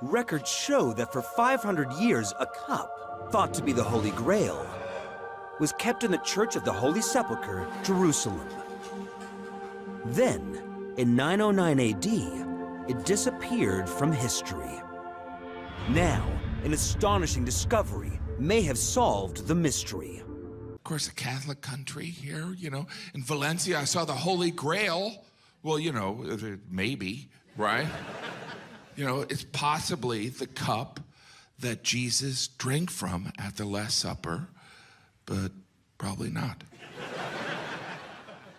Records show that for 500 years, a cup, thought to be the Holy Grail, was kept in the Church of the Holy Sepulchre, Jerusalem. Then, in 909 AD, it disappeared from history. Now, an astonishing discovery may have solved the mystery. Of course, a Catholic country here, you know. In Valencia, I saw the Holy Grail. Well, you know, uh, maybe, right? you know, it's possibly the cup that Jesus drank from at the Last Supper, but probably not.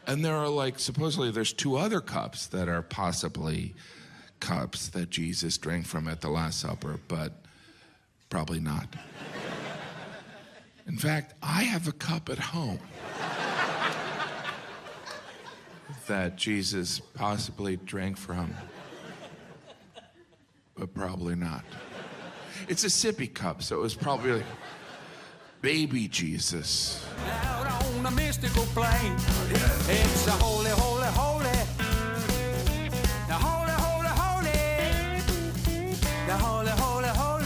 and there are like, supposedly, there's two other cups that are possibly cups that Jesus drank from at the Last Supper, but probably not. In fact, I have a cup at home that Jesus possibly drank from, but probably not. It's a sippy cup, so it was probably like baby Jesus. Out on a mystical plane, it's a holy, holy, holy. The holy, holy, holy. The holy, holy, holy.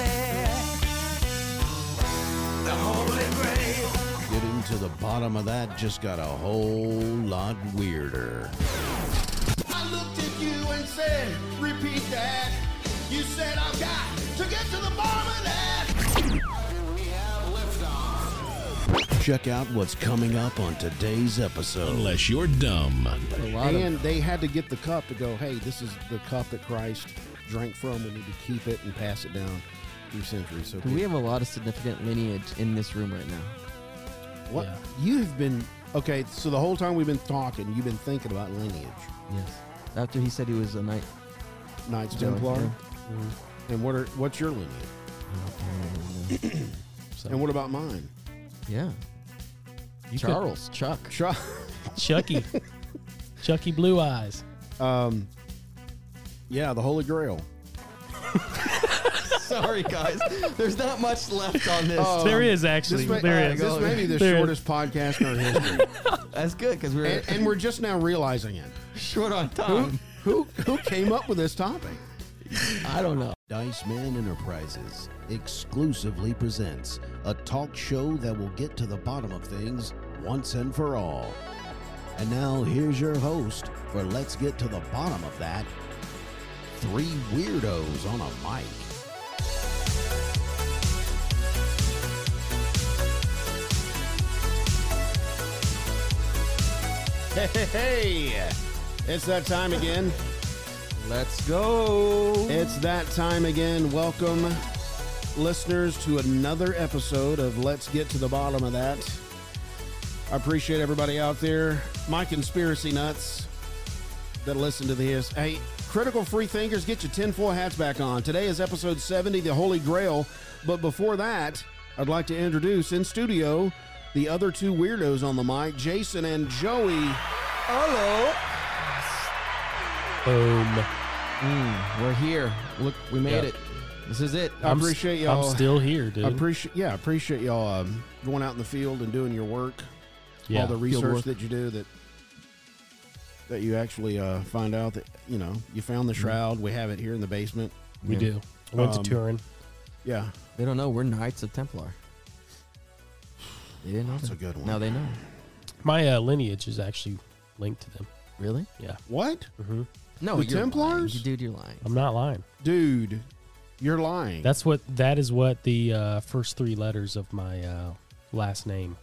The holy grail. Getting to the bottom of that just got a whole lot weirder. I looked at you and said, repeat that. You said I've got to get to the bottom of that. Check out what's coming up on today's episode. Unless you're dumb. and they had to get the cup to go, hey, this is the cup that Christ drank from. We need to keep it and pass it down through centuries. So We have a lot of significant lineage in this room right now. what you have been okay. So the whole time we've been talking, you've been thinking about lineage, Yes. After he said he was a knight. Knights Yeah, Templar, yeah. Mm-hmm. and what are what's your lineage, So- and what about mine? yeah. You could- Charles, Chuck. Try- Chucky. Chucky Blue Eyes. Um, yeah, the Holy Grail. Sorry, guys. There's not much left on this. Oh. there is actually. Um, This may, uh, there is. this may be the There is. shortest podcast in our history, That's good because we're and, and we're just now realizing it. short on time. Who who came up with this topic? I don't know. Dice Man Enterprises exclusively presents a talk show that will get to the bottom of things once and for all. And now here's your host for Let's Get to the Bottom of That. Three weirdos on a mic. Hey, hey, hey, it's that time again. Let's go. It's that time again. Welcome, listeners, to another episode of Let's Get to the Bottom of That. I appreciate everybody out there, my conspiracy nuts that listen to this. Hey, critical free thinkers, get your tinfoil hats back on. Today is episode 70, The Holy Grail. But before that, I'd like to introduce in studio the other two weirdos on the mic, Jason and Joey. Hello. Boom. We're here. Look, we made Yeah. it. This is it. I I'm s- appreciate I'm y'all. still here, dude. I appreciate yeah, I appreciate y'all um, going out in the field and doing your work. yeah. All the field research work. that you do that that you actually uh, find out that you know you found the Mm-hmm. shroud. We have it here in the basement. we do. I went Um, to Turin. Yeah, They don't know. We're Knights of Templar. They didn't know. that's a that. good one. Now they know. My uh, lineage is actually linked to them. Really? Yeah. what, Mm-hmm. No, The you're lying. Templars? You- Dude, you're lying. I'm not lying. dude? You're lying. That's what. That is what the uh, first three letters of my uh, last name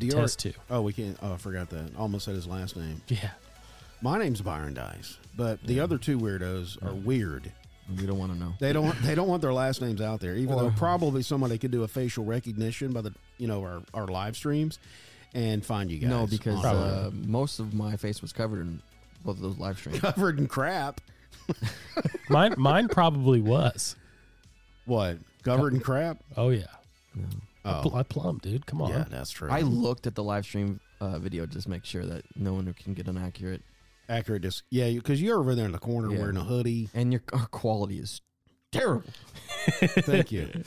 Dior- test to. Oh, we can't. Oh, I forgot that. Almost said his last name. Yeah. My name's Byron Dice, but the other two weirdos Mm-hmm. are weird. We don't want to know. They don't. They don't want their last names out there, even though probably somebody could do a facial recognition by the you know our, our live streams, and find you guys. No, because on- uh, most of my face was covered in both of those live streams. covered in crap. Mine. mine probably was. What covered in crap? Oh yeah. I, pl- Oh, I plumbed, dude. Come on. yeah, that's true. I looked at the live stream uh, video just to make sure that no one can get an accurate. accurate. Dis- yeah, because you're over there in the corner Yeah. wearing a hoodie. And your our quality is terrible. Thank you.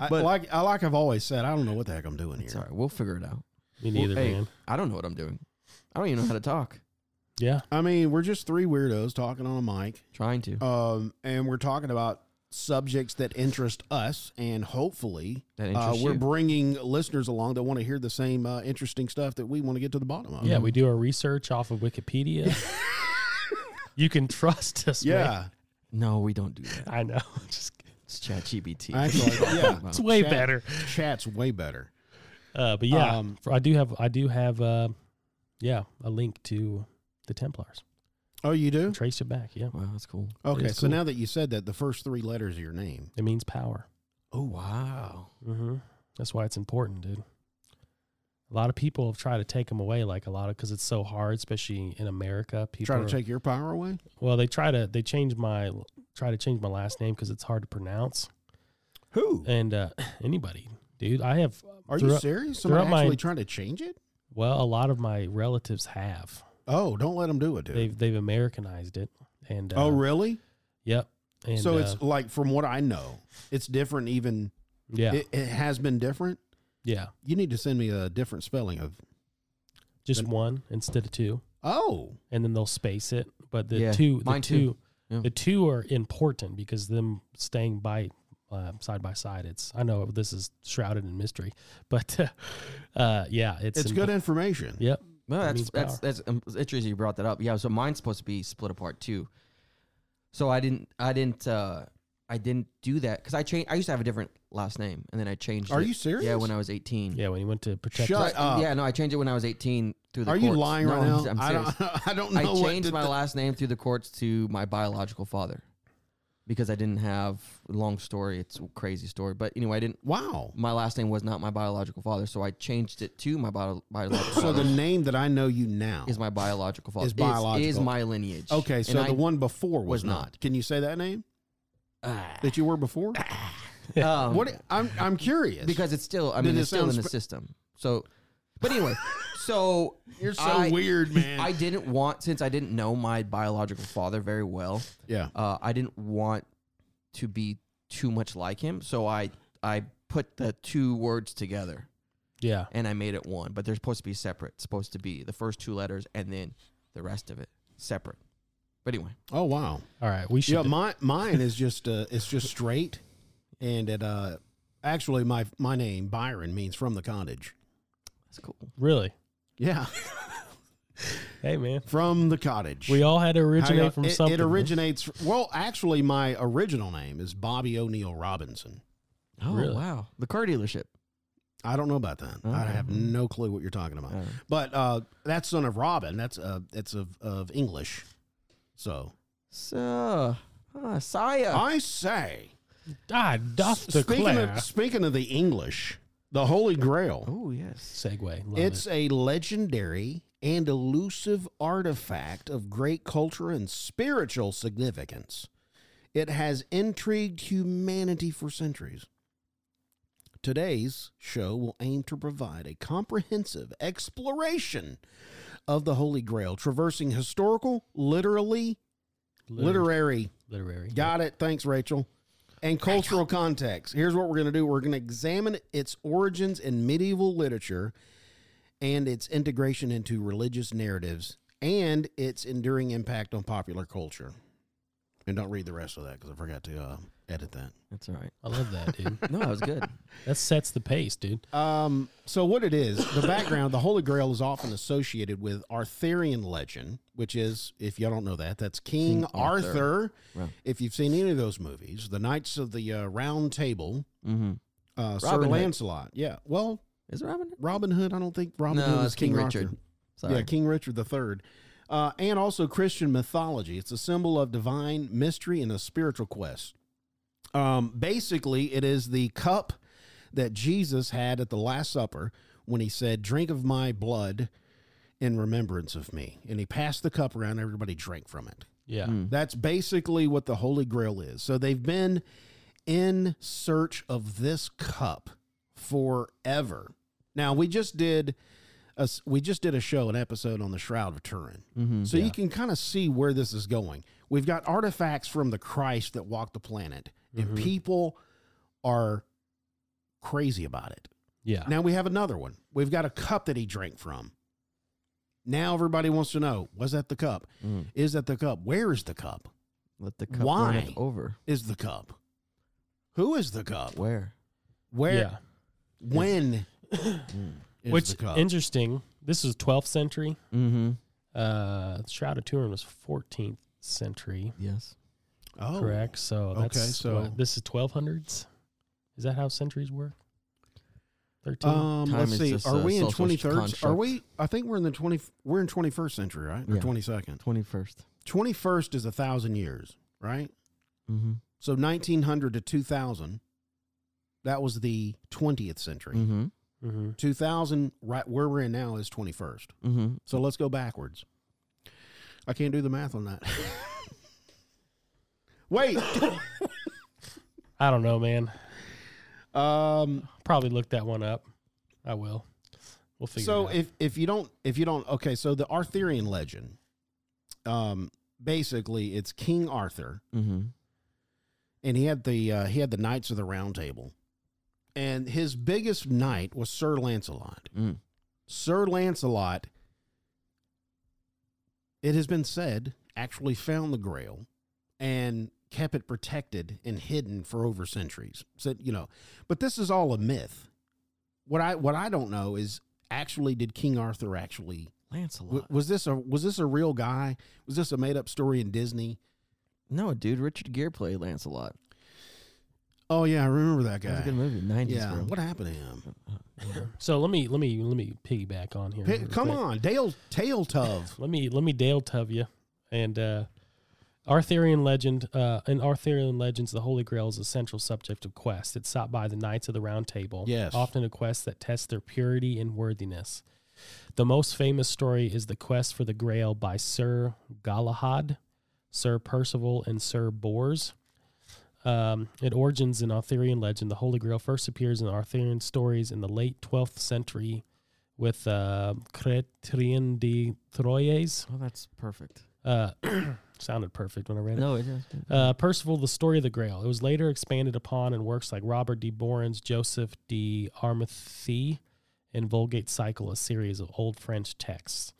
I, But- like I like I've always said, I don't know what the heck I'm doing here. It's all right. We'll figure it out. Me neither, Well, hey, man. I don't know what I'm doing. I don't even know how to talk. Yeah. I mean, we're just three weirdos talking on a mic, Trying to. um, and we're talking about subjects that interest us, and hopefully, That uh, interests we're you. bringing listeners along that want to hear the same uh, interesting stuff that we want to get to the bottom of. Yeah, we do our research off of Wikipedia. you can trust us. man. yeah. no, we don't do that. I know. Just kidding. It's ChatGPT. Actually, yeah. it's way Chat- better. Chat's way better. Uh, but yeah, Um, for- I do have I do have uh, yeah a link to the Templars. Oh, you do? Trace it back. Yeah, Wow, that's cool. Okay, It's so cool. now that you said that, the first three letters of your name. it means power. Oh wow. Mm-hmm. That's why it's important, dude. A lot of people have tried to take them away, like a lot of because it's so hard, especially in America. People Trying are- to take your power away? Well, they try to they change my try to change my last name because it's hard to pronounce. Who? And uh, anybody, dude, I have. Are you throughout- serious? throughout Somebody my- actually trying to change it? Well, a lot of my relatives have. Oh, don't let them do it, dude. They've they've Americanized it, and uh, oh, really? Yep. And, so uh, it's like, from what I know, it's different even. yeah, It, it has been different. yeah, You need to send me a different spelling of. just one instead of two, Oh, and then they'll space it. But the Yeah, two, the mine two, too. Yeah. the two are important because them staying by uh, side by side. It's I know this is shrouded in mystery, but uh, uh, yeah, it's it's impo- good information. Yep. Well, That that's means that's power. that's um, it's interesting you brought that up. Yeah, so mine's supposed to be split apart too. So I didn't I didn't uh I didn't do that because I changed. I used to have a different last name, and then I changed. Are you it. Yeah, serious? when I was eighteen. Yeah, when he went to protect. Shut us- So I- up. yeah, no, I changed it when I was eighteen through the. Are you courts. lying No, right I'm- now? I'm I serious. don't. I don't I know. what changed to my th- last name through the courts to my biological father because I didn't have long story. It's a crazy story, but anyway, I didn't. Wow. My last name was not my biological father, so I changed it to my bio, biological So father. the name that I know you now is my biological father. Is biological. is my lineage. okay. And So the I- one before was, was not. not. Ah. Can you say that name that you were before? um, what I'm I'm curious because it's still. I mean, it it's still sound in the sp- system. So, but anyway, so you're so I- weird, man. I didn't want since I didn't know my biological father very well. yeah. uh, I didn't want to be too much like him, so I I put the two words together yeah, and I made it one. But they're supposed to be separate. It's supposed to be the first two letters and then the rest of it separate. But anyway, Oh wow. all right. We should. Yeah, my mine is just uh, it's just straight, and it uh actually my my name Byron means from the cottage. that's cool. really. Yeah, Hey, man. from the cottage. We all had to How y'all- originate from it, something. It originates. Well, actually, my original name is Bobby O'Neill Robinson. Oh Really? wow, the car dealership. I don't know about that. I have no clue what you're talking about. Oh. But uh, that's son of Robin. That's uh, that's of, of English. So So, uh, Saya. I say, I doth speaking declare. of, speaking of the English, the Holy Grail. oh yes. Segway. Love It's it. a legendary and elusive artifact of great culture and spiritual significance. It has intrigued humanity for centuries. Today's show will aim to provide a comprehensive exploration of the Holy Grail, traversing historical, literally, literary. Literary. Literary. Got it. Thanks, Rachel. And cultural context. Here's what we're going to do we're going to examine its origins in medieval literature and its integration into religious narratives and its enduring impact on popular culture. And don't read the rest of that because I forgot to uh, edit that. That's all right. I love that, dude. No, that was good. that sets the pace, dude. Um, so, what it is, the background, the Holy Grail is often associated with Arthurian legend, which is, if y'all don't know that, that's King, King Arthur. Arthur. Wow. If you've seen any of those movies, the Knights of the uh, Round Table, mm-hmm. uh, Sir Robin Hood. Lancelot. Yeah. Well, Is it Robin? Robin Hood. I don't think Robin no, Hood it's is King, Richard. Sorry. Yeah, King Richard the Third, uh, and also Christian mythology. It's a symbol of divine mystery and a spiritual quest. Um, basically, it is the cup that Jesus had at the Last Supper when he said, "Drink of my blood." In remembrance of me. And he passed the cup around, everybody drank from it. Yeah. That's basically what the Holy Grail is. So they've been in search of this cup forever. Now we just did a s- we just did a show an episode on the Shroud of Turin. so you can kind of see where this is going. We've got artifacts from the Christ that walked the planet and people are crazy about it. Yeah. Now we have another one. We've got a cup that he drank from. Now everybody wants to know: Was that the cup? Mm. Is that the cup? Where is the cup? Let the cup Why? runneth over. Is the cup? Who is the cup? Where? Where? Yeah. When? is Which the cup? interesting. This is 12th century. Mm-hmm. Uh, Shroud of Turin was 14th century. Yes. oh, Correct. So that's Okay, so- what- this is 1200s. Is that how centuries work? 13. Um, Time let's is see. just Are a we in social twenty third? Are construct. we? I think we're in the twenty. We're in twenty first century, right? Or Yeah. twenty second? Twenty first. Twenty first is a thousand years, right? Mm-hmm. So nineteen hundred to two thousand. That was the twentieth century. Mm-hmm. Mhm. Two thousand, right where we're in now, is twenty first. Mm-hmm. So let's go backwards. I can't do the math on that. Wait. I don't know, man. Um. Probably look that one up. I will. We'll figure so it out. if if you don't if you don't okay so the arthurian legend um basically it's king arthur Mm-hmm. and he had the uh, he had the knights of the round table and his biggest knight was sir lancelot Mm. sir lancelot it has been said actually found the grail and kept it protected and hidden for over centuries so you know but this is all a myth what i what i don't know is actually did king arthur actually Lancelot. w- was this a was this a real guy was this a made up story in disney no, dude. Richard Gere played Lancelot. oh yeah i remember that That was guy a good movie. Nineties. yeah Bro. what happened to him So let me let me let me piggyback on here. Hey, real come quick. on, Dale Tail Tov. Let me let me Dale tub you. And uh, Arthurian legend, uh, in Arthurian legends, the Holy Grail is a central subject of quest. It's sought by the Knights of the Round Table. Yes. often a quest that tests their purity and worthiness. The most famous story is the quest for the Grail by Sir Galahad, Sir Percival, and Sir Bors. Um, it origins in Arthurian legend. The Holy Grail first appears in Arthurian stories in the late 12th century with uh, Chrétien de Troyes. Oh, that's perfect. Uh, sounded perfect when I read it. No, it is. Uh, Percival, the story of the Grail. It was later expanded upon in works like Robert D. Borens, Joseph D. Armathy, and Vulgate Cycle, a series of old French texts.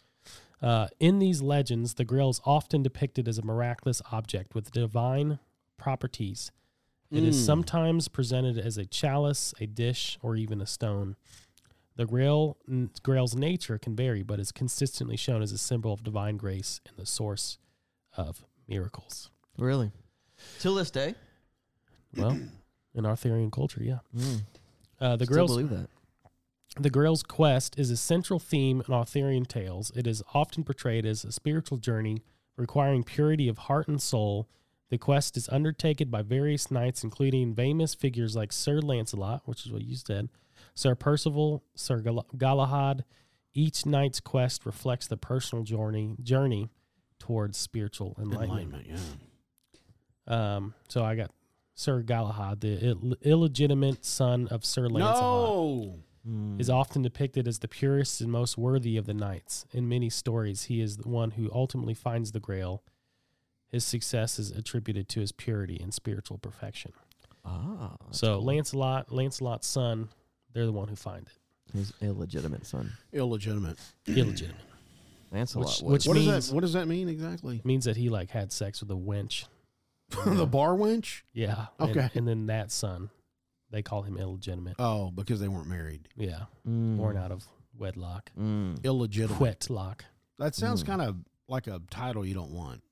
Uh, in these legends, the Grail is often depicted as a miraculous object with divine properties. It is sometimes presented as a chalice, a dish, or even a stone. The Grail, n- Grail's nature can vary, but is consistently shown as a symbol of divine grace and the source of miracles. Really. Till this day, Well, in Arthurian culture, yeah. Mm. Uh, the still Grail's believe that. the Grail's quest is a central theme in Arthurian tales. It is often portrayed as a spiritual journey requiring purity of heart and soul. The quest is undertaken by various knights, including famous figures like Sir Lancelot, which is what you said, Sir Percival, Sir Gal- Galahad. Each knight's quest reflects the personal journey journey towards spiritual enlightenment. Enlightenment, yeah. Um, so I got Sir Galahad, the Ill- illegitimate son of Sir Lancelot, No. Mm. is often depicted as the purest and most worthy of the knights. In many stories, he is the one who ultimately finds the Grail. His success is attributed to his purity and spiritual perfection. Ah, so Lancelot, Lancelot's son, they're the one who find it. his illegitimate son, Illegitimate. Illegitimate Lancelot. was. Which- which What does means- that what does that mean exactly? means that he like had sex with a wench. the bar wench? Yeah. and- Okay. And, then that son, they call him illegitimate. Oh, because they weren't married. yeah. Mm. Born out of wedlock, Mm. Illegitimate. quetlock. That sounds Mm. kind of like a title you don't want.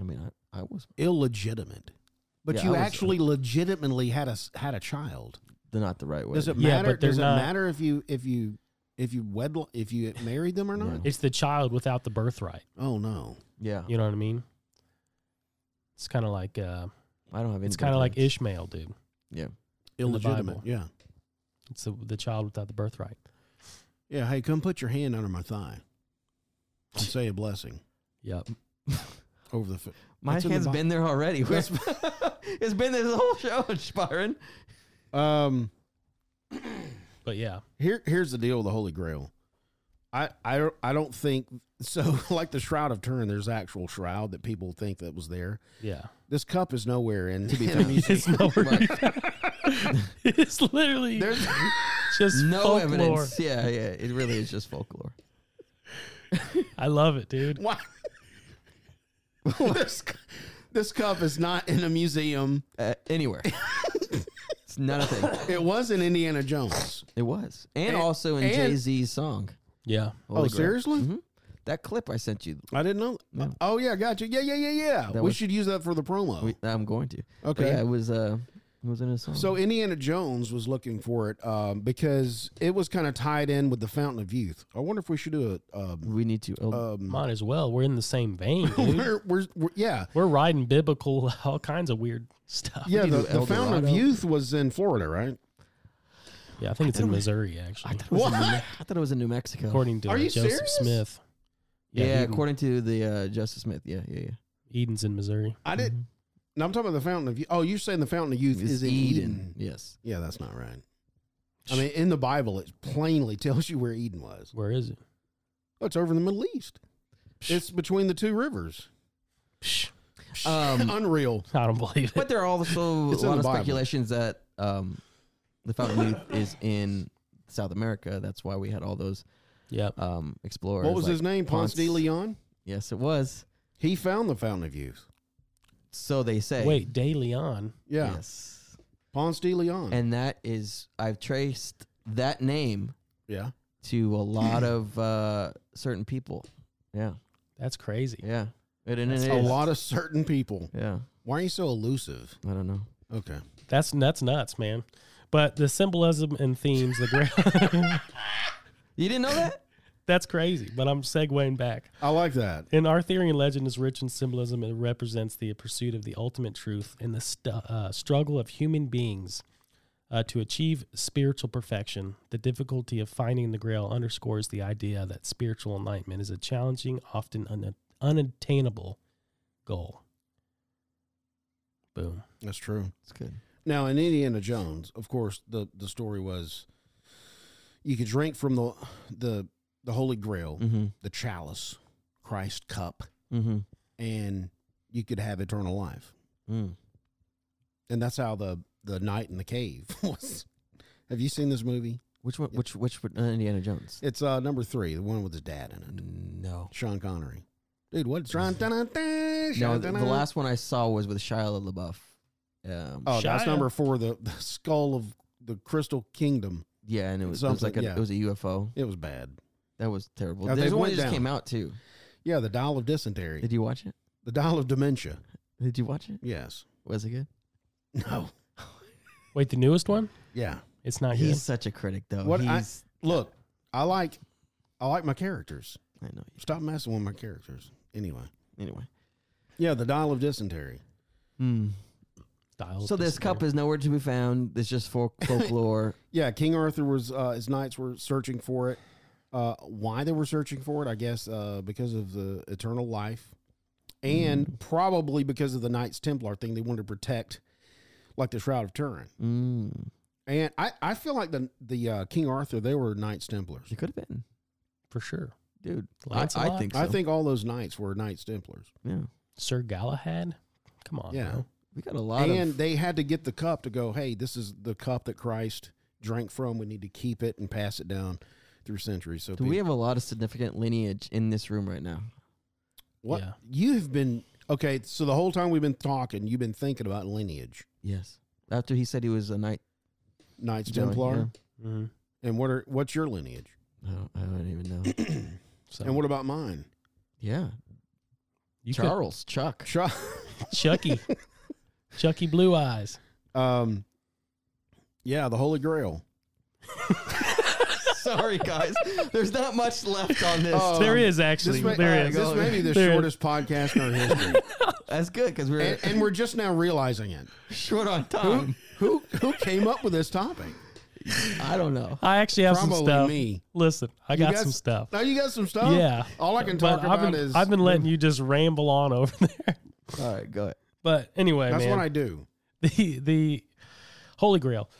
I mean, I, I was Illegitimate. But Yeah, you I was- actually legitimately had a s- had a child. the, not the right way. Does it Yeah, matter? but they're does not- it matter if you if you if you wed if you married them or No. not? It's the child without the birthright. Oh no. yeah, You know what I mean? It's kind of like uh, I don't have. it's any kind of like birthrights. Ishmael, dude. Yeah, In the Illegitimate. Bible. Yeah. It's the, the child without the birthright. Yeah, hey, come put your hand under my thigh and say a blessing Yep. over the. F- my It's in the hand's Bi- been there already. it's been there the whole show, Byron. Um, But yeah, here, here's the deal with the Holy Grail. I, I, don't- I don't think so. Like the Shroud of Turin, there's actual shroud that people think that was there. yeah. This cup is nowhere in. To be It's nowhere. Right. it's literally There's just no folklore. evidence. Yeah, yeah. It really is just folklore. I love it, dude. Why? this, cu- this cup is not in a museum. uh, anywhere. it's not a thing. It was in Indiana Jones. It was, and, And- also in and- Jay Z's song. Yeah. Holy oh, Grail. Mm-hmm. seriously? That clip I sent you, I didn't know. No. Oh yeah, gotcha. Yeah, yeah, yeah, yeah. That we was- should use that for the promo. we, I'm going to. But Okay. yeah, it was. Uh, it was in a song. so Indiana Jones was looking for it um, because it was kind of tied in with the Fountain of Youth. I wonder if we should do it. Um, we need to. Oh, Might as well. We're in the same vein, dude. we're, we're, we're, yeah, We're riding biblical, all kinds of weird stuff. yeah. The, do the El Fountain of Dorado. Youth was in Florida, right? Yeah, I think it's in Missouri, actually. I, thought it was in New Me- I thought it was in New Mexico. According to uh, Are you Joseph serious? Smith. yeah, Eden- according to the uh, Justice Smith. Yeah, yeah, yeah. Eden's in Missouri. I didn't. No, I'm talking about the Fountain of Youth. Oh, you're saying the Fountain of Youth It's is in Eden. Yes. Yeah, that's not right. I mean, in the Bible, it plainly tells you where Eden was. Where is it? Oh, it's over in the Middle East. It's between the two rivers. Um, Unreal. I don't believe it. but there are also a It's in the lot of Bible. speculations that um, the Fountain of Youth is in South America. That's why we had all those Yep. um, explorers. What was like his name? Ponce de Leon. Yes, it was. He found the Fountain of Youth. So they say. Wait, De Leon. Yeah, Yes. Ponce de Leon. And that is, I've traced that name yeah, to a lot of uh, certain people. Yeah, That's crazy. yeah. It, and it is. a lot of certain people. Yeah, Why are you so elusive? I don't know. Okay, That's that's nuts, man. But the symbolism and themes, the gra- You didn't know that? that's crazy. But I'm segueing back. I like that. In Arthurian legend is rich in symbolism. It represents the pursuit of the ultimate truth and the stu uh, struggle of human beings uh, to achieve spiritual perfection. The difficulty of finding the Grail underscores the idea that spiritual enlightenment is a challenging, often un- unattainable goal. Boom. That's true. It's good. Now in Indiana Jones, of course, the the story was you could drink from the the the Holy Grail, Mm-hmm. the chalice, Christ cup, Mm-hmm. and you could have eternal life. Mm. And that's how the the night in the cave was. Have you seen this movie? Which one? Which which? one- Uh, Indiana Jones. It's uh, number three, the one with his dad in it, No. Sean Connery. Dude, what? Sean, dun, dun, No, Sean the, the dun- last one I saw was with Shia LaBeouf. Um, Oh, that's Shia. number four. The, the skull of the Crystal Kingdom. yeah, and it was, it was like something, a, yeah. it was a UFO. It was bad. That was terrible. Yeah, they There's one went that just down. came out too. Yeah, the dial of dysentery, Did you watch it? the dial of dementia. Did you watch it? Yes. Was it good? No. Wait, the newest one? Yeah. It's not He's good. such a critic, though. What I- He's, Look, I like, I like my characters. I, know. Stop messing with my characters. Anyway. Anyway, Yeah, the dial of dysentery. Hmm. Dial so this Disney. cup is nowhere to be found. It's just folk folklore. Yeah, King Arthur was uh, his knights were searching for it. Uh, why they were searching for it, I guess, uh, because of the eternal life, and Mm. probably because of the Knights Templar thing. They wanted to protect, like the Shroud of Turin. mm. And I, I feel like the the uh, King Arthur they were Knights Templars. It could have been, for sure. dude. I, I Lancelot? think so. I think all those knights were Knights Templars. yeah. Sir Galahad? Come on. Yeah. bro. We got a lot and of they had to get the cup to go. Hey, this is the cup that Christ drank from. We need to keep it and pass it down through centuries. So Do we have a lot of significant lineage in this room right now? What Yeah. you have been okay? So the whole time we've been talking, you've been thinking about lineage, Yes. After he said he was a knight, Knights Johnny, Templar, Mm-hmm. Mhm. and what are what's your lineage, I don't, I don't even know. So Uh-huh. and what about mine? yeah, you could- Charles, Chuck. Try, Chucky. Chucky Blue Eyes. um, yeah, the Holy Grail. Sorry, guys. There's not much left on this. Oh, there um, is actually. This may, there is. this may be the There is. shortest podcast in our history, That's good because we're and, and we're just now realizing it. short on time. Who who came up with this topic? I don't know. I actually have some Probably stuff. me. Listen, I You got, some stuff. Now you got some stuff. Yeah. All I can But talk about I've been, is I've been letting you just ramble on over there. All right, go ahead. But anyway, that's man, what I do. the the Holy Grail.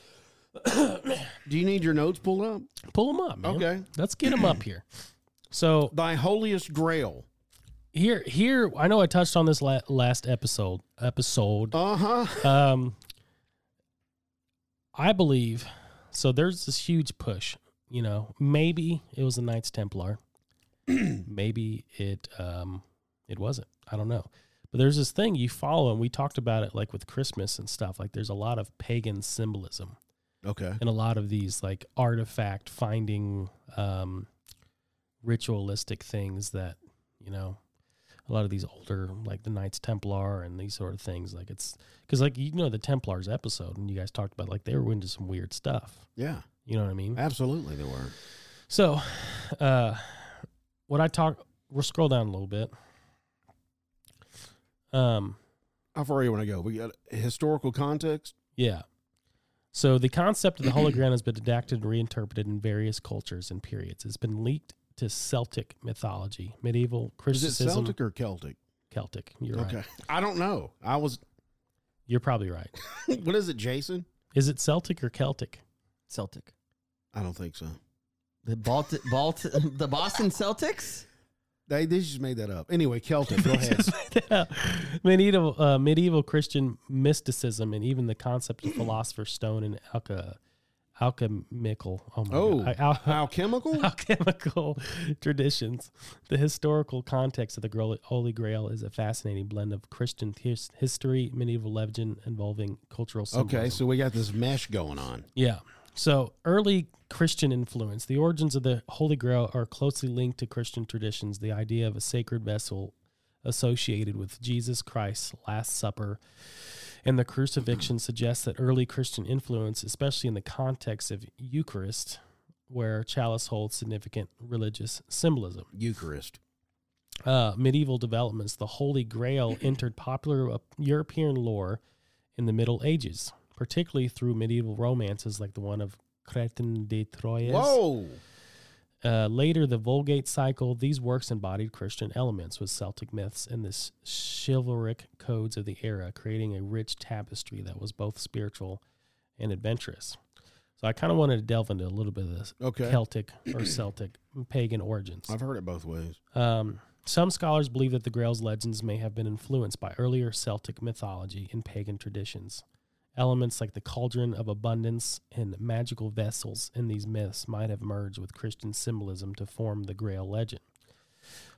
Do you need your notes pulled up? Pull them up, man. Okay. Let's get them up here. So Thy holiest Grail. here, here, I know I touched on this la- last episode. Episode. Uh huh. um, I believe so. There's this huge push. You know, maybe it was the Knights Templar, maybe it um, it wasn't. I don't know. But there's this thing you follow, and we talked about it like with Christmas and stuff. Like there's a lot of pagan symbolism Okay. in a lot of these like artifact finding um, ritualistic things that you know a lot of these older like the knights templar and these sort of things like it's because like you know the templars episode and you guys talked about like they were into some weird stuff Yeah. you know what i mean Absolutely, they were. so, uh, what I talk, we'll scroll down a little bit. Um, How far you want to go? We got historical context. yeah. So the concept of the Holy Grail has been adapted and reinterpreted in various cultures and periods. It's been leaked to Celtic mythology, Is medieval it Christianism, Celtic or Celtic? Celtic. You're Okay. right. I don't know. I was. You're probably right. what is it, Jason? Is it Celtic or Celtic? Celtic. I don't think so. The Baltic, Balt, the Boston Celtics. They, they just made that up. Anyway, Celtic. Go ahead. medieval uh, medieval Christian mysticism and even the concept of philosopher's stone and alka, alchemical. Oh my Oh, god! Al- alchemical. alchemical traditions. The historical context of the Gro- Holy Grail is a fascinating blend of Christian his- history, medieval legend involving cultural symbolism. Okay, so we got this mesh going on. yeah. So early Christian influence. The origins of the Holy Grail are closely linked to Christian traditions. The idea of a sacred vessel associated with Jesus Christ's Last Supper and the crucifixion suggests that early Christian influence, especially in the context of Eucharist, where chalice holds significant religious symbolism. Eucharist. uh, medieval developments, the Holy Grail entered popular uh, European lore in the Middle Ages, particularly through medieval romances like the one of Cretin de Troyes. Whoa. Uh, later, the Vulgate cycle. These works embodied Christian elements with Celtic myths and the s- chivalric codes of the era, creating a rich tapestry that was both spiritual and adventurous. So I kind of wanted to delve into a little bit of this Okay. Celtic or Celtic pagan origins. I've heard it both ways. Um, some scholars believe that the Grail's legends may have been influenced by earlier Celtic mythology and pagan traditions. Elements like the cauldron of abundance and magical vessels in these myths might have merged with Christian symbolism to form the Grail legend.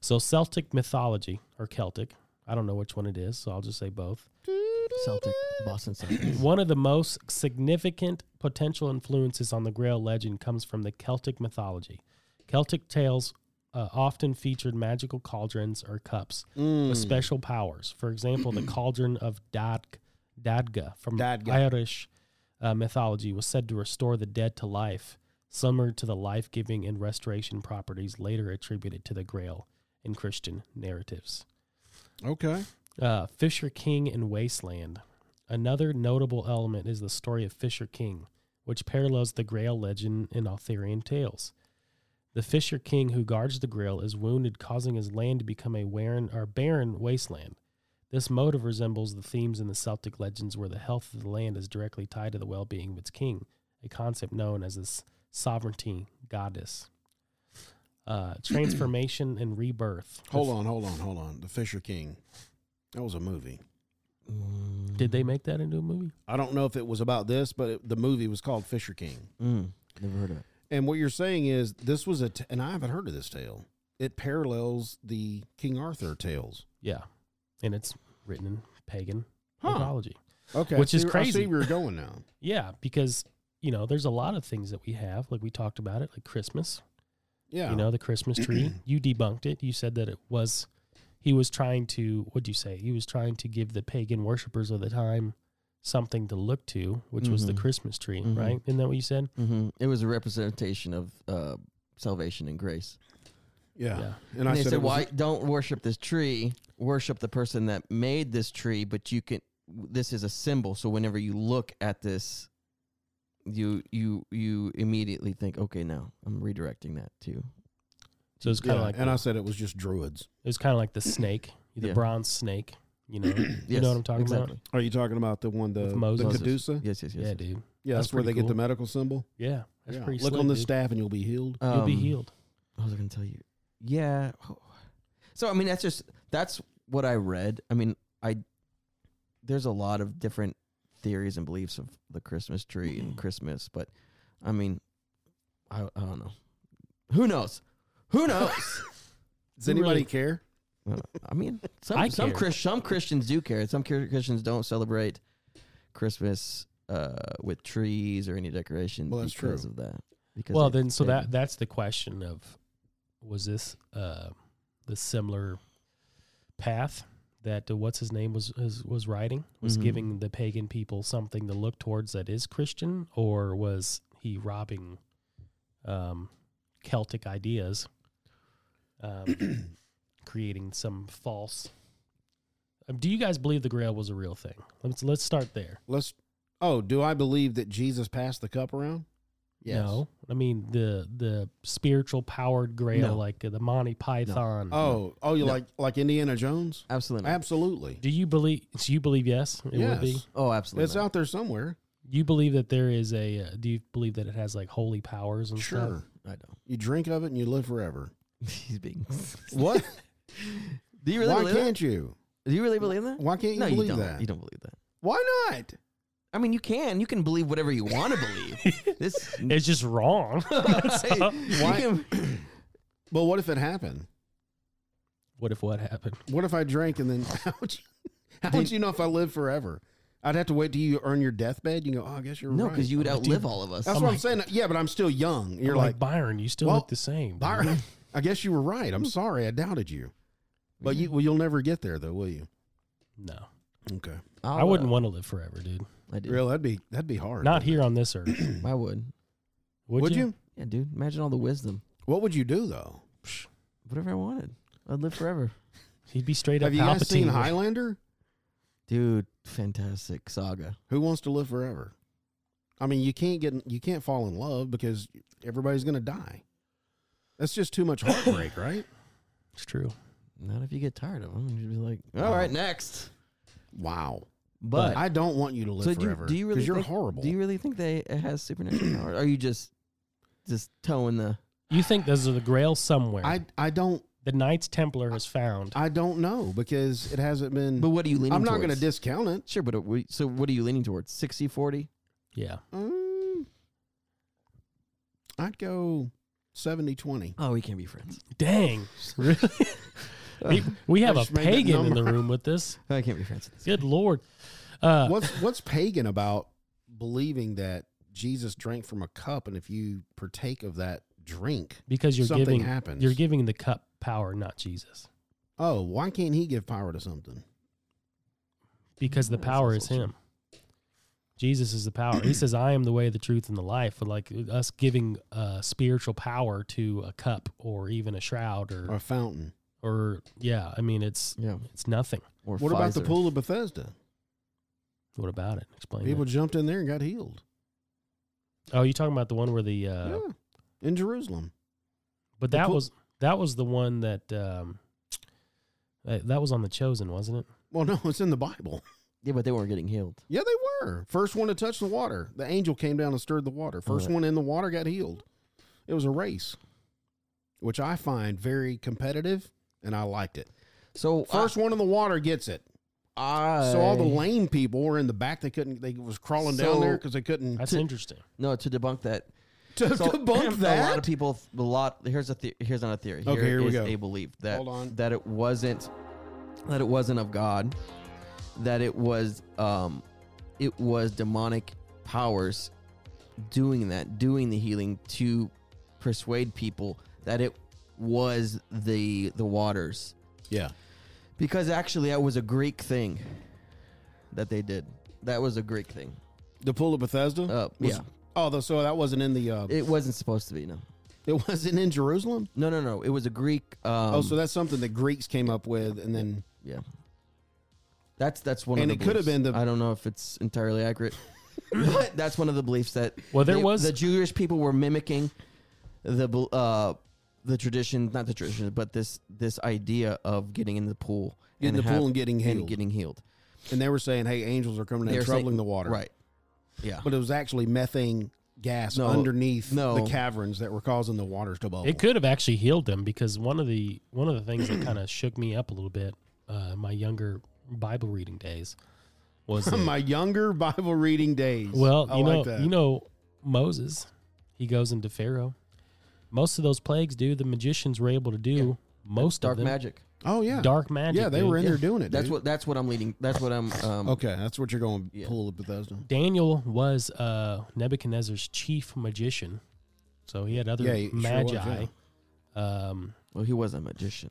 So, Celtic mythology, or Celtic, I don't know which one it is, so I'll just say both. Celtic. Boston Celtics. One of the most significant potential influences on the Grail legend comes from the Celtic mythology. Celtic tales uh, often featured magical cauldrons or cups with special powers. For example, the cauldron of Dag, Dadga from Dadga. Irish uh, mythology was said to restore the dead to life, similar to the life giving and restoration properties later attributed to the Grail in Christian narratives Okay. uh, Fisher King and Wasteland. Another notable element is the story of Fisher King, which parallels the Grail legend in Arthurian tales. The Fisher King who guards the Grail is wounded, causing his land to become a barren or barren wasteland. This motive resembles the themes in the Celtic legends, where the health of the land is directly tied to the well-being of its king, a concept known as the s- sovereignty goddess. Uh, transformation and rebirth. Hold on, hold on, hold on. The Fisher King. That was a movie. Did they make that into a movie? I don't know if it was about this, but it, the movie was called Fisher King. Mm, never heard of it. And what you're saying is this was a, t- and I haven't heard of this tale. It parallels the King Arthur tales. Yeah. And it's written in pagan Huh. mythology. Okay, Which I is see- I see crazy. where you're going now. Yeah, because you know, there's a lot of things that we have, like we talked about it, like Christmas. Yeah, You know, the Christmas tree. you debunked it. You said that it was he was trying to what'd you say? He was trying to give the pagan worshippers of the time something to look to, which was Mm-hmm. the Mhm. Christmas tree, Mhm. right? Isn't that what you said? hmm It was a representation of uh, salvation and grace. yeah. Yeah. And, And, I they said, said, it was- "Why don't worship this tree? Worship the person that made this tree." But you can. This is a symbol. So whenever you look at this, you you you immediately think, "Okay, now I'm redirecting that to." So it's kinda yeah, like and the- I said it was just druids. it was kinda like the snake, the Yeah. bronze snake, you know. you Yes, know what I'm talking exactly. about? Are you talking about the one the With the Moses. Cadusa? Yes, yes, yes. Yeah, yes. dude. Yeah, That's that's, where they pretty get the cool. medical symbol. Yeah. That's Yeah. pretty Look slick, on the dude. Uh, staff and you'll be healed. You'll be Um, healed. I was gonna tell you. Yeah. So I mean, that's just that's what I read. I mean, I there's a lot of different theories and beliefs of the Christmas tree Mm-hmm. and Christmas, but I mean, I I don't know. Who knows? Who knows? Does Who anybody really- care? Well, I mean, some I some, care. Chris, some Christians do care. Some Chri- Christians don't celebrate Christmas uh, with trees or any decorations Well, that's because true. of that. Because Well, they- then, so they- that that's the question of was this uh, the similar path that uh, what's his name was was, was writing was Mhm. giving the pagan people something to look towards that is Christian, or was he robbing um, Celtic ideas, um, creating some false? Um, Do you guys believe the Grail was a real thing? Let's let's start there. Let's. Oh, do I believe that Jesus passed the cup around? Yes. No, I mean the the spiritual powered Grail, No. like uh, the Monty Python. Oh, oh, you like like Indiana Jones? absolutely. not. Absolutely. do you believe? So you believe yes, it would be. Yes. oh, absolutely. It's not. out there somewhere. You believe that there is a? Uh, do you believe that it has like holy powers and stuff? Sure. I don't. You drink of it and you live forever. He's being. What? Do you really Why believe can't you? that? Do you really believe that? Why can't you no, believe you don't. that? You don't believe that. Why not? I mean, you can. You can believe whatever you want to believe. this. It's just wrong. You can- Well, what if it happened? what if what happened? What if I drank and then how would you, how would you know if I live forever? I'd have to wait till you earn your deathbed. You go, oh, I guess you're no, right. because you would outlive all of us. Oh That's what I'm saying. Yeah, but I'm still young. You're I'm like, Byron. You still well, look the same. Byron, I guess you were right. I'm sorry, I doubted you. But you, well, you'll never get there though, will you? No, Okay. I'll, I wouldn't uh, want to live forever, dude. I do. Real, that'd be that'd be hard. Not here on this earth. I would. Would, Would you? you? Yeah, dude. Imagine all the wisdom. What would you do though? Whatever I wanted. I'd live forever. He'd be straight up Have you guys seen Palpatine. Highlander? Dude, fantastic saga. Who wants to live forever? I mean, you can't get you can't fall in love because everybody's gonna die. That's just too much heartbreak, right? it's true. Not if you get tired of them. You'd be like, all right, next. Wow. But I don't want you to live so do, you- forever. do you really? Because you're think, horrible. Do you really think they it has supernatural power? Are you just just towing the? You think there's a Grail somewhere? I I don't the Knights Templar has found. I don't know because it hasn't been. But what are you leaning? Mm. I'm not going going to discount it. Sure, but uh, we, so what are you leaning towards? 60, 40? yeah. Mm, I'd go 70 20. Oh, we can't be friends. Dang. Really? we, we have I a just made that pagan in the number room with this. I can't be friends with this. Good lord. Uh, What's what's pagan about believing that Jesus drank from a cup, and if you partake of that drink, because you're something giving happens. you're giving the cup power, not Jesus. oh, why can't he give power to something? Because the Yeah, that's power is also him. Jesus is the power. He says, "I am the way, the truth, and the life." But like us giving uh, spiritual power to a cup or even a shroud Or or a fountain? or yeah, I mean it's Yeah. it's nothing. Or What about the Pfizer. pool of Bethesda? What about it? Explain. People that. jumped in there and got healed. Oh, you talking about the one where the uh, yeah, in Jerusalem. But The that cool- was that was the one that um that, that was on the chosen, wasn't it? Well, no, it's in the Bible. Yeah, but they weren't getting healed. Yeah, they were. First one to touch the water. The angel came down and stirred the water. First Right. one in the water got healed. It was a race, which I find very competitive, and I liked it. So First one in the water gets it. I, So all the lame people were in the back. They couldn't. They was crawling down So- there because they couldn't. That's T- interesting. no to debunk that. To So, debunk A lot of that. people. A lot. Here's a the, here's another theory. Okay, here we is go. A belief that Hold on. that it wasn't that it wasn't of God. That it was um, it was demonic powers doing that, doing the healing to persuade people that it was the the waters Yeah. because actually that was a Greek thing that they did. That was a Greek thing. The pool of Bethesda. Uh, was- yeah. Oh, though, so that wasn't in the. Uh, it, It wasn't supposed to be. No. wasn't in Jerusalem. No, no, no. It was a Greek. Um, oh, so that's something the Greeks came up with, and then Yeah. That's that's one And of the it could have beliefs. been the- I don't know if it's entirely accurate. but that's one of the beliefs that Well, there they- was- the Jewish people were mimicking the bel- uh the tradition, not the tradition, but this this idea of getting in the pool, Get in the pool and getting healed. getting healed. and they were saying, "Hey, angels are coming They and were troubling saying- the water." right? Yeah, but it was actually methane gas No, underneath no. the caverns that were causing the waters to bubble. It could have actually healed them because one of the one of the things that kind of shook me up a little bit uh, in my younger Bible reading days was that- Oh My younger Bible reading days. well, I you know, like that. you know Moses, he goes into Pharaoh. Most of those plagues, dude, the magicians were able to do Most dark of them. magic. Oh yeah, Dark magic. Yeah, they dude. were in Yeah. there doing it. That's dude. what that's what I'm leading. That's what I'm. Um, Okay, that's what you're going to Yeah. pull at Bethesda. Daniel was uh, Nebuchadnezzar's chief magician, so he had other Yeah, he sure was, magi. um, Well, he wasn't a magician.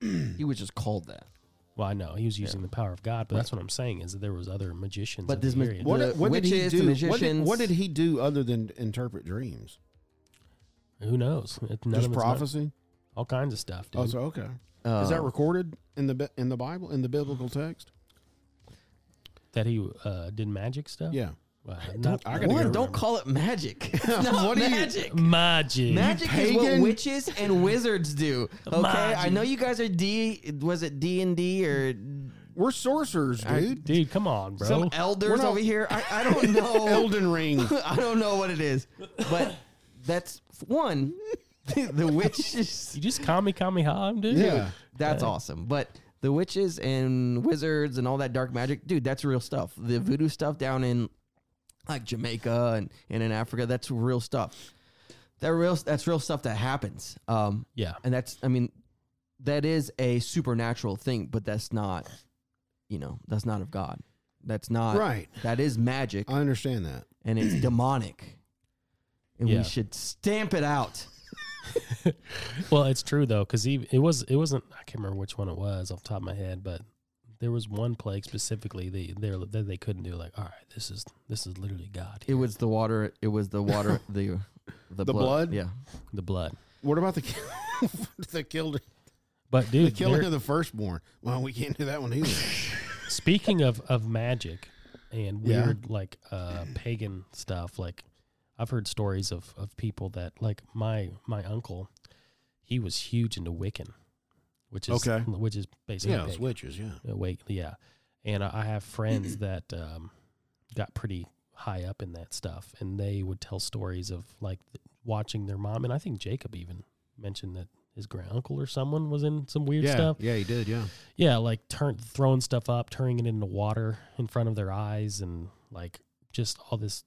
he was just called that. well, I know he was using the power of God, but that's what I'm saying is that there was other magicians. But of the this ma- period. What, The what did he witches, the do? What did, magicians. what did he do other than interpret dreams? Who knows? It- none of Just it's known. prophecy. all kinds of stuff. Dude. Oh, so okay. Uh, Is that recorded in the Bi- in the Bible in the biblical text? that he uh, did magic stuff. Yeah. Well, not I gotta Warren, get don't around. call it magic. It's not What do you- magic. magic. Magic is what pagan? witches and wizards do. Okay, I Magic. know you guys are D. Was it D and D or We're sorcerers, dude. dude, come on, bro. some elders not- over here? I, I don't know. Elden Ring. I don't know what it is, but that's one. the witches. you just call me, call me, home, dude. yeah. That's awesome. But the witches and wizards and all that dark magic, dude, that's real stuff. The voodoo stuff down in like Jamaica and, and in Africa, that's real stuff. That real that's real stuff that happens. Um, Yeah. and that's I mean, that is a supernatural thing, but that's not, you know, that's not of God. That's not Right. Uh, That is magic I understand that. and it's demonic, and Yeah. we should stamp it out. Well, it's true though, because it was it wasn't I can't remember which one it was off the top of my head, but there was one plague specifically they they that they couldn't do. Like, all right, this is this is literally God, It was the water. It was the water. The the, The blood? Yeah. the blood. What about the the killed But dude, killing there- of the firstborn? Well, we can't do that one either. speaking of of magic and Yeah. weird like uh pagan stuff like i've heard stories of of people that like my my uncle he was huge into wiccan which is Okay. which is basically yeah, it's pagan. witches. Yeah. Uh, wait yeah and i I have friends that um got pretty high up in that stuff and they would tell stories of like th- watching their mom and i think jacob even mentioned that his grand uncle or someone was in some weird Yeah. stuff Yeah, he did. Yeah. yeah, like turn throwing stuff up, turning it into water in front of their eyes, and like just all this.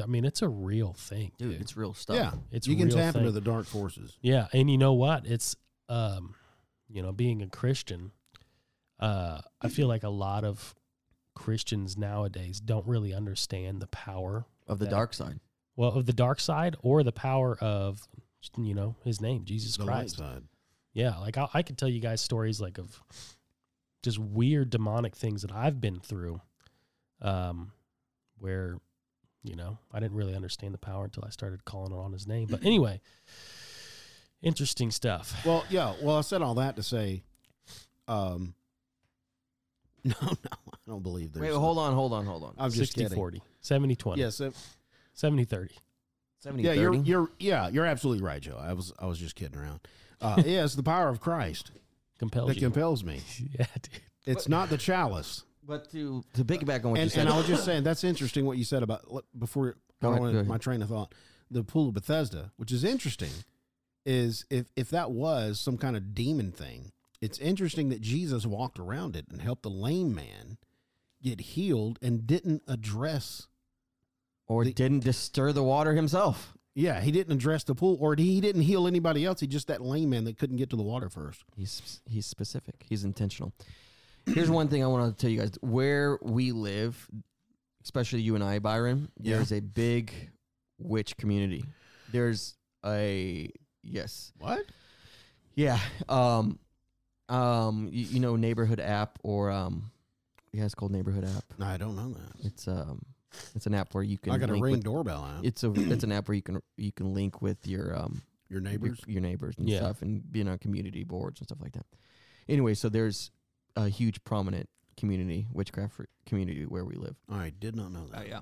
I mean, it's a real thing, Dude, it's real stuff. Yeah. It's you can real tap into thing. the dark forces. Yeah, and you know what? It's um, you know, being a Christian, uh, I feel like a lot of Christians nowadays don't really understand the power Of the that- dark side. well of the dark side or the power of you know his name, Jesus The light Christ. side. Yeah, like I, I could tell you guys stories like of just weird demonic things that I've been through, um, where you know I didn't really understand the power until I started calling on his name. But anyway, interesting stuff. Well, yeah. Well, I said all that to say, um, no, no, I don't believe there's. Uh, Wait, hold on, hold on, hold on. I'm just 60 kidding. 40, 70 20, Yes. if- 70 30. 70, yeah, 30. you're, you're, yeah, you're absolutely right, Joe. I was, I was just kidding around. Uh, yeah, it's the power of Christ Compels that you. compels me. yeah, dude. It's not the chalice. but to to piggyback on what you And, said, and I was just saying that's interesting what you said about look, before I Go don't ahead, wanna- go ahead. my train of thought. The pool of Bethesda, which is interesting, is if if that was some kind of demon thing, it's interesting that Jesus walked around it and helped the lame man get healed and didn't address. or the- didn't disturb the water himself. Yeah, he didn't address the pool, or he didn't heal anybody else. He just that lame man that couldn't get to the water first. He's he's specific. He's intentional. Here's one thing I want to tell you guys: where we live, especially you and I, Byron, there's a big witch community. There's a yes, What? yeah. Um, um, you, you know, neighborhood app or um, yeah, it's called neighborhood app. No, I don't know that. It's um, it's an app where you can I got a link ring with- doorbell app. It's a it's an app where you can you can link with your um Your your- neighbors. your neighbors and Yeah. stuff, and being on community boards and stuff like that. Anyway, so there's a huge prominent community witchcraft re- community where we live. I did not know that. Oh, yeah,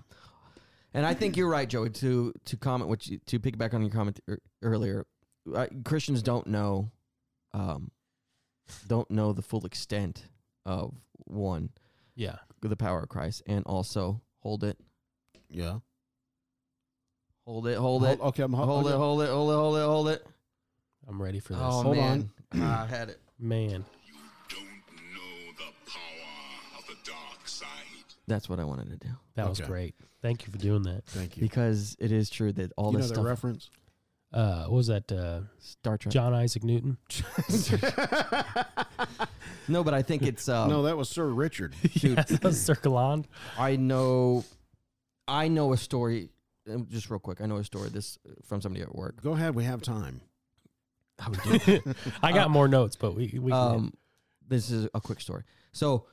and I think you're right, Joey. To to comment what you, to pick back on your comment ear- earlier, uh, Christians don't know, um, don't know the full extent of one Yeah. the power of Christ, and also hold it, Yeah. hold it, hold it, Okay, I'm hold it, hold it, hold it, hold it, hold it. I'm ready for this. Oh Hold man, I had it. man. don't know the power of the dark side. That's what I wanted to do That was Okay. great. Thank you for doing that. Thank you. because it is true that all You know this that stuff. reference? uh, what was that? Uh, Star Trek. John Isaac Newton. No, but I think it's um, no, that was Sir Richard. Yeah, that was Sir Galahad. I know, I know a story. um, Just real quick, I know a story. This uh, from somebody at work. Go ahead, we have time. I got more notes, but we we can- Um, this is a quick story. So,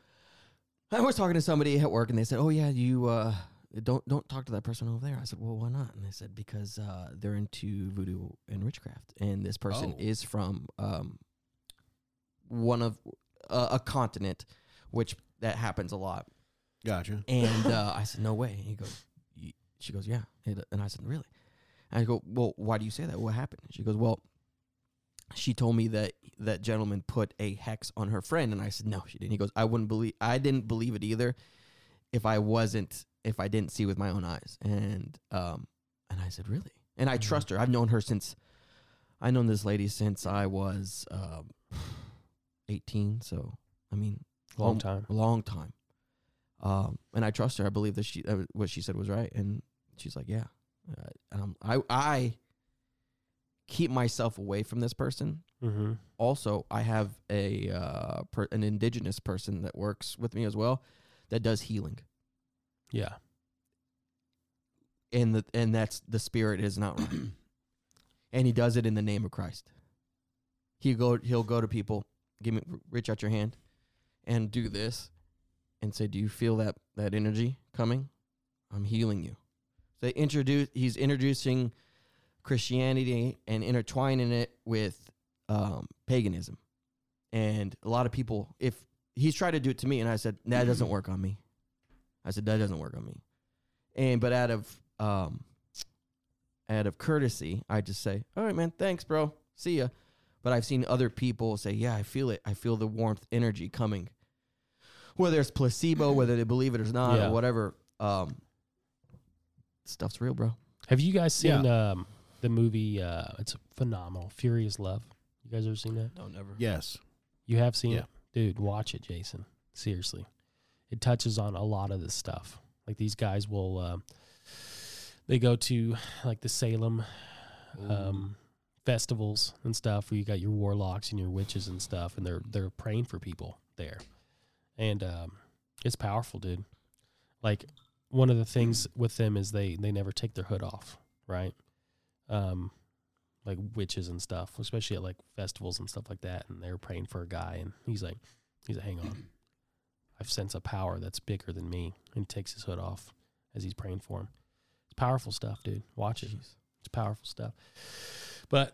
I was talking to somebody at work, and they said, "Oh yeah, you uh, don't don't talk to that person over there." I said, "Well, why not?" And they said, "Because uh, they're into voodoo and witchcraft, and this person Oh. is from um, one of uh, a continent, which that happens a lot." Gotcha. And uh, I said, "No way." And he goes, "Y- "She goes, yeah." And and I said, "Really?" And I go, "Well, why do you say that? What happened?" She goes, "Well, she told me that that gentleman put a hex on her friend." And I said, "No, she didn't." He goes, "I wouldn't believe. I didn't believe it either, if I wasn't, if I didn't see with my own eyes." And um, and I said, "Really?" And Mm-hmm. I trust her. I've known her since. I've known this lady since I was um, eighteen. So I mean, long um, time. a long time. Um, and I trust her. I believe that she uh, what she said was right, and she's like, yeah. Uh, and I'm, I I keep myself away from this person. Mm-hmm. Also, I have a uh, per, an indigenous person that works with me as well, that does healing, Yeah. and the and that's the spirit is not right, and he does it in the name of Christ. He go he'll go to people, give me reach out your hand, and do this, and say, "Do you feel that that energy coming? I'm healing you." So they introduce he's introducing Christianity and intertwining it with um, paganism, and a lot of people if he's tried to do it to me, and I said that doesn't work on me. I said that doesn't work on me, and but out of um, out of courtesy, I just say, "All right, man, thanks, bro, see ya." But I've seen other people say, "Yeah, I feel it. I feel the warmth, energy coming." Whether it's placebo, whether they believe it or not, Yeah. or whatever, um, stuff's real, bro. Have you guys seen um, the movie? Uh, it's phenomenal. Furious Love. You guys ever seen that? No, never. Yes. You have seen Yeah. it, dude. Watch it, Jason. Seriously, it touches on a lot of this stuff. Like these guys will, um they go to like the Salem um, festivals and stuff, where you got your warlocks and your witches and stuff, and they're they're praying for people there, and um, it's powerful, dude. Like one of the things with them is they they never take their hood off, right? Um, like witches and stuff, especially at like festivals and stuff like that. And they were praying for a guy, and he's like, he's like, hang on, I've sensed a power that's bigger than me, and he takes his hood off as he's praying for him. It's powerful stuff, dude. Watch it. It's powerful stuff. But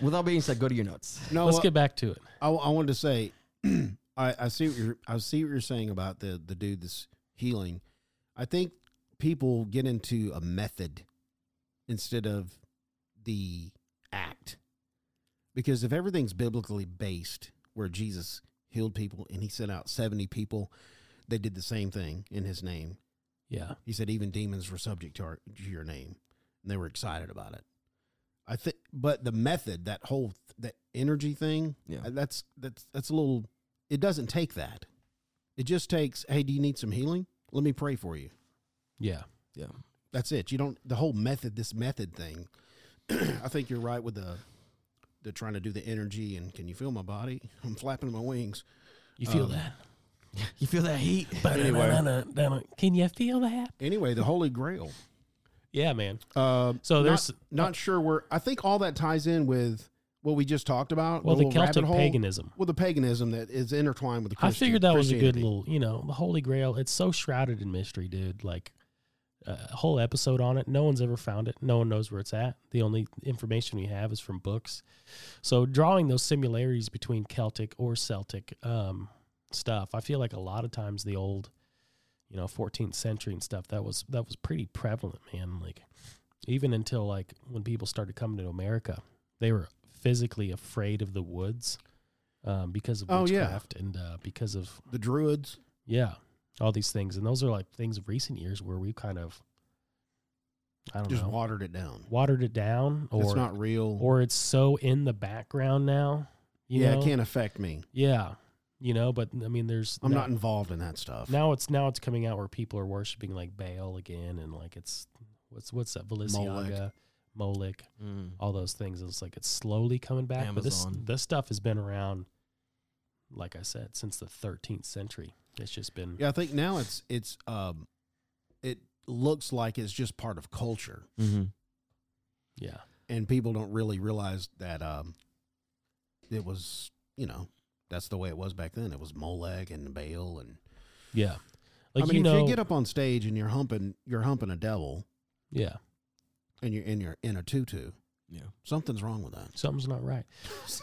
With that being said, go to your notes. No. let's uh, get back to it. I, I wanted to say, I, I see what you're I see what you're saying about the the dude that's healing. I think people get into a method instead of the act, because if everything's biblically based, where Jesus healed people and he sent out seventy people, they did the same thing in his name. Yeah, He said even demons were subject to, our, to your name, and they were excited about it. I think, but the method, that whole th- that energy thing, Yeah. uh, that's that's that's a little. It doesn't take that. It just takes. Hey, do you need some healing? Let me pray for you. yeah, Yeah. That's it. You don't the whole method. This method thing. I think you're right with the the trying to do the energy and can you feel my body? I'm flapping my wings. you feel Um, that. You feel that heat? Anyway. can you feel that? Anyway, the Holy Grail. Yeah, man. Uh, So not- there's- not sure where. I think all that ties in with what we just talked about. Well, the little rabbit Celtic hole. paganism. Well, the paganism that is intertwined with the. Christian, I figured that was a good Christianity. little, you know, the Holy Grail. It's so shrouded in mystery, dude. Like uh, a whole episode on it. No one's ever found it. No one knows where it's at. The only information we have is from books. So drawing those similarities between Celtic or Celtic um, stuff, I feel like a lot of times the old, you know, 14th century and stuff that was that was pretty prevalent, man. Like even until like when people started coming to America, they were physically afraid of the woods um, because of Oh, yeah. witchcraft and uh, because of The Druids. yeah, all these things, and those are like things of recent years where we've kind of, I don't Just know, watered it down. watered it down, or it's not real. or it's so in the background now. You yeah, know? it can't affect me. Yeah, you know, but I mean, there's I'm now, not involved in that stuff. now it's now it's coming out where people are worshiping like Baal again, and like it's what's what's that Balenciaga, Moloch, Moloch, Mm. all those things. It's like it's slowly coming back. But this Amazon. this stuff has been around, like I said, since the 13th century. It's just been Yeah, I think now it's it's um, it looks like it's just part of culture, Mm-hmm. yeah. and people don't really realize that um, it was you know that's the way it was back then. It was Molech and Baal, and Yeah. Like I mean, you if know, you get up on stage and you're humping you're humping a devil, yeah, and you're in your in a tutu, Yeah. something's wrong with that. something's not right.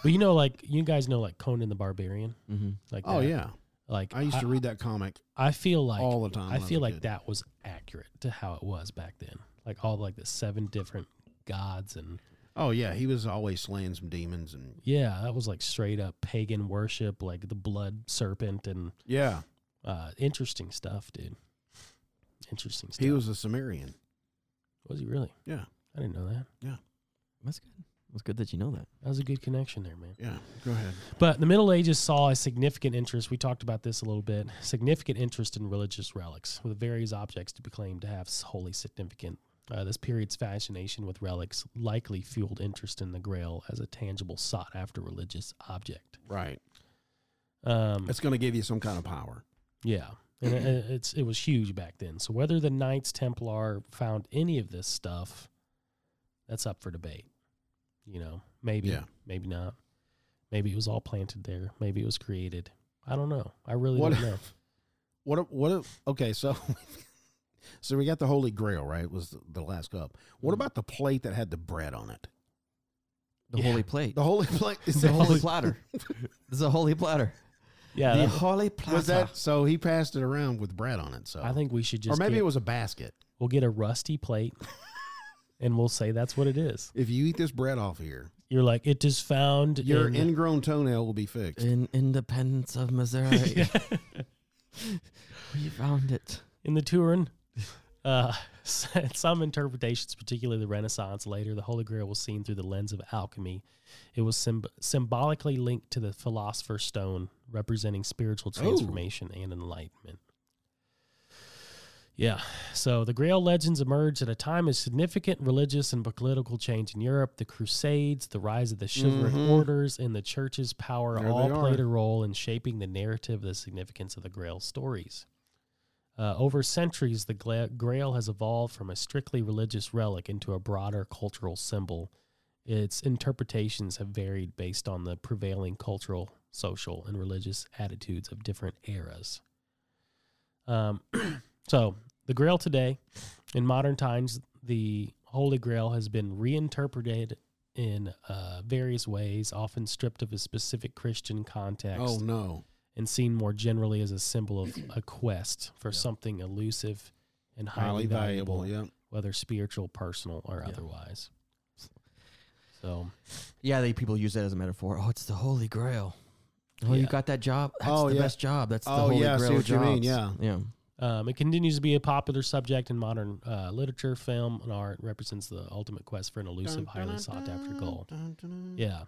but you know, like you guys know, like Conan the Barbarian, Mm-hmm. like Oh that. yeah, like I used to read that comic I feel like all the time. I when was feel a like kid. that was accurate to how it was back then. Like all like the seven different gods and Oh yeah, he was always slaying some demons and yeah, that was like straight up pagan worship, like the blood serpent and yeah, uh interesting stuff, dude. Interesting stuff. he was a Sumerian. was he really? Yeah. I didn't know that. That's good. It's good that you know that. That was a good connection there, man. Yeah, go ahead. But the Middle Ages saw a significant interest. We talked about this a little bit. Significant interest in religious relics, with various objects to be claimed to have holy significance. Uh, this period's fascination with relics likely fueled interest in the Grail as a tangible, sought-after religious object. Right, Um, it's going to give you some kind of power. yeah, and it- it, it's it was huge back then. So whether the Knights Templar found any of this stuff, that's up for debate. You know, maybe, Yeah. maybe not. Maybe it was all planted there. Maybe it was created. I don't know. I really What don't know. What? if- What? if- Okay, so so we got the Holy Grail, right? Was the, the last cup. What Mm-hmm. about the plate that had the bread on it? The Yeah. holy plate. The holy plate is the holy platter. This is a holy platter. Yeah, the that- holy platter. Was that so? He passed it around with bread on it. So I think we should or just. maybe get- it was a basket. We'll get a rusty plate, and we'll say that's what it is. If you eat this bread off here, You're like it is found. your in, ingrown toenail will be fixed. in Independence of Missouri? We found it. in the Turin. Uh, some interpretations, particularly the Renaissance later, the Holy Grail was seen through the lens of alchemy. It was symb- symbolically linked to the Philosopher's Stone, representing spiritual transformation and enlightenment. Yeah, so the Grail legends emerged at a time of significant religious and political change in Europe. The Crusades, the rise of the chivalric orders, and the church's power Mm-hmm. There all they played are. a role in shaping the narrative of the significance of the Grail stories. Uh, over centuries, the gla- Grail has evolved from a strictly religious relic into a broader cultural symbol. Its interpretations have varied based on the prevailing cultural, social, and religious attitudes of different eras. Um, so, the Grail today, in modern times, the Holy Grail has been reinterpreted in uh, various ways, often stripped of a specific Christian context Oh no! and seen more generally as a symbol of a quest for something elusive and highly, Highly valuable, valuable. Yeah. whether spiritual, personal, or otherwise. So, Yeah, they people use that as a metaphor. Oh, it's the Holy Grail. Oh, you Yeah. got that job? That's Oh, the yeah. best job. That's the Oh, Holy yeah, I see Grail what you mean, jobs. yeah. Yeah. um, it continues to be a popular subject in modern uh, literature, film, and art. Represents the ultimate quest for an elusive, highly sought after goal. Yeah.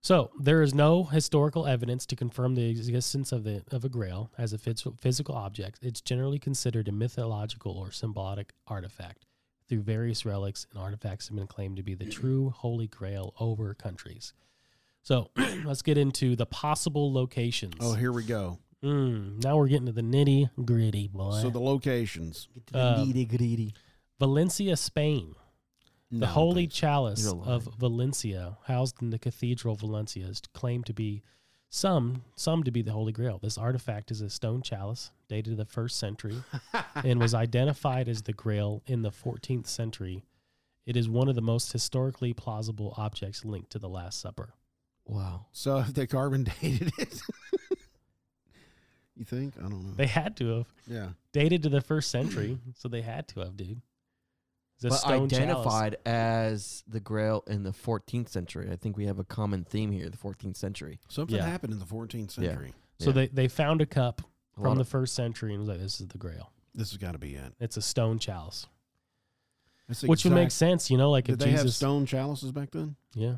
So there is no historical evidence to confirm the existence of the of a Grail as a phys- physical object. It's generally considered a mythological or symbolic artifact. Through various relics and artifacts have been claimed to be the true Holy Grail over countries. So let's get into the possible locations. Oh, here we go. Mm, now we're getting to the nitty gritty, boy. So the locations. Um, Needy greedy. Valencia, Spain. The No, Holy thanks. Chalice You're lying. of Valencia, housed in the Cathedral of Valencia, is claimed to be some some to be the Holy Grail. This artifact is a stone chalice dated to the first century and was identified as the Grail in the 14th century. It is one of the most historically plausible objects linked to the Last Supper. Wow. So if they carbon dated it. you think? I don't know. They had to have yeah. dated to the first century, so they had to have, dude. It's a but stone chalice. identified as the Grail in the 14th century. I think we have a common theme here, the 14th century. Something Yeah. happened in the 14th Yeah. century. So Yeah. they, they found a cup A lot from the of- first century and was like, "This is the Grail. This has got to be it. It's a stone chalice." That's Which would make exact- sense, you know, like Did if they have Jesus, stone chalices back then? yeah,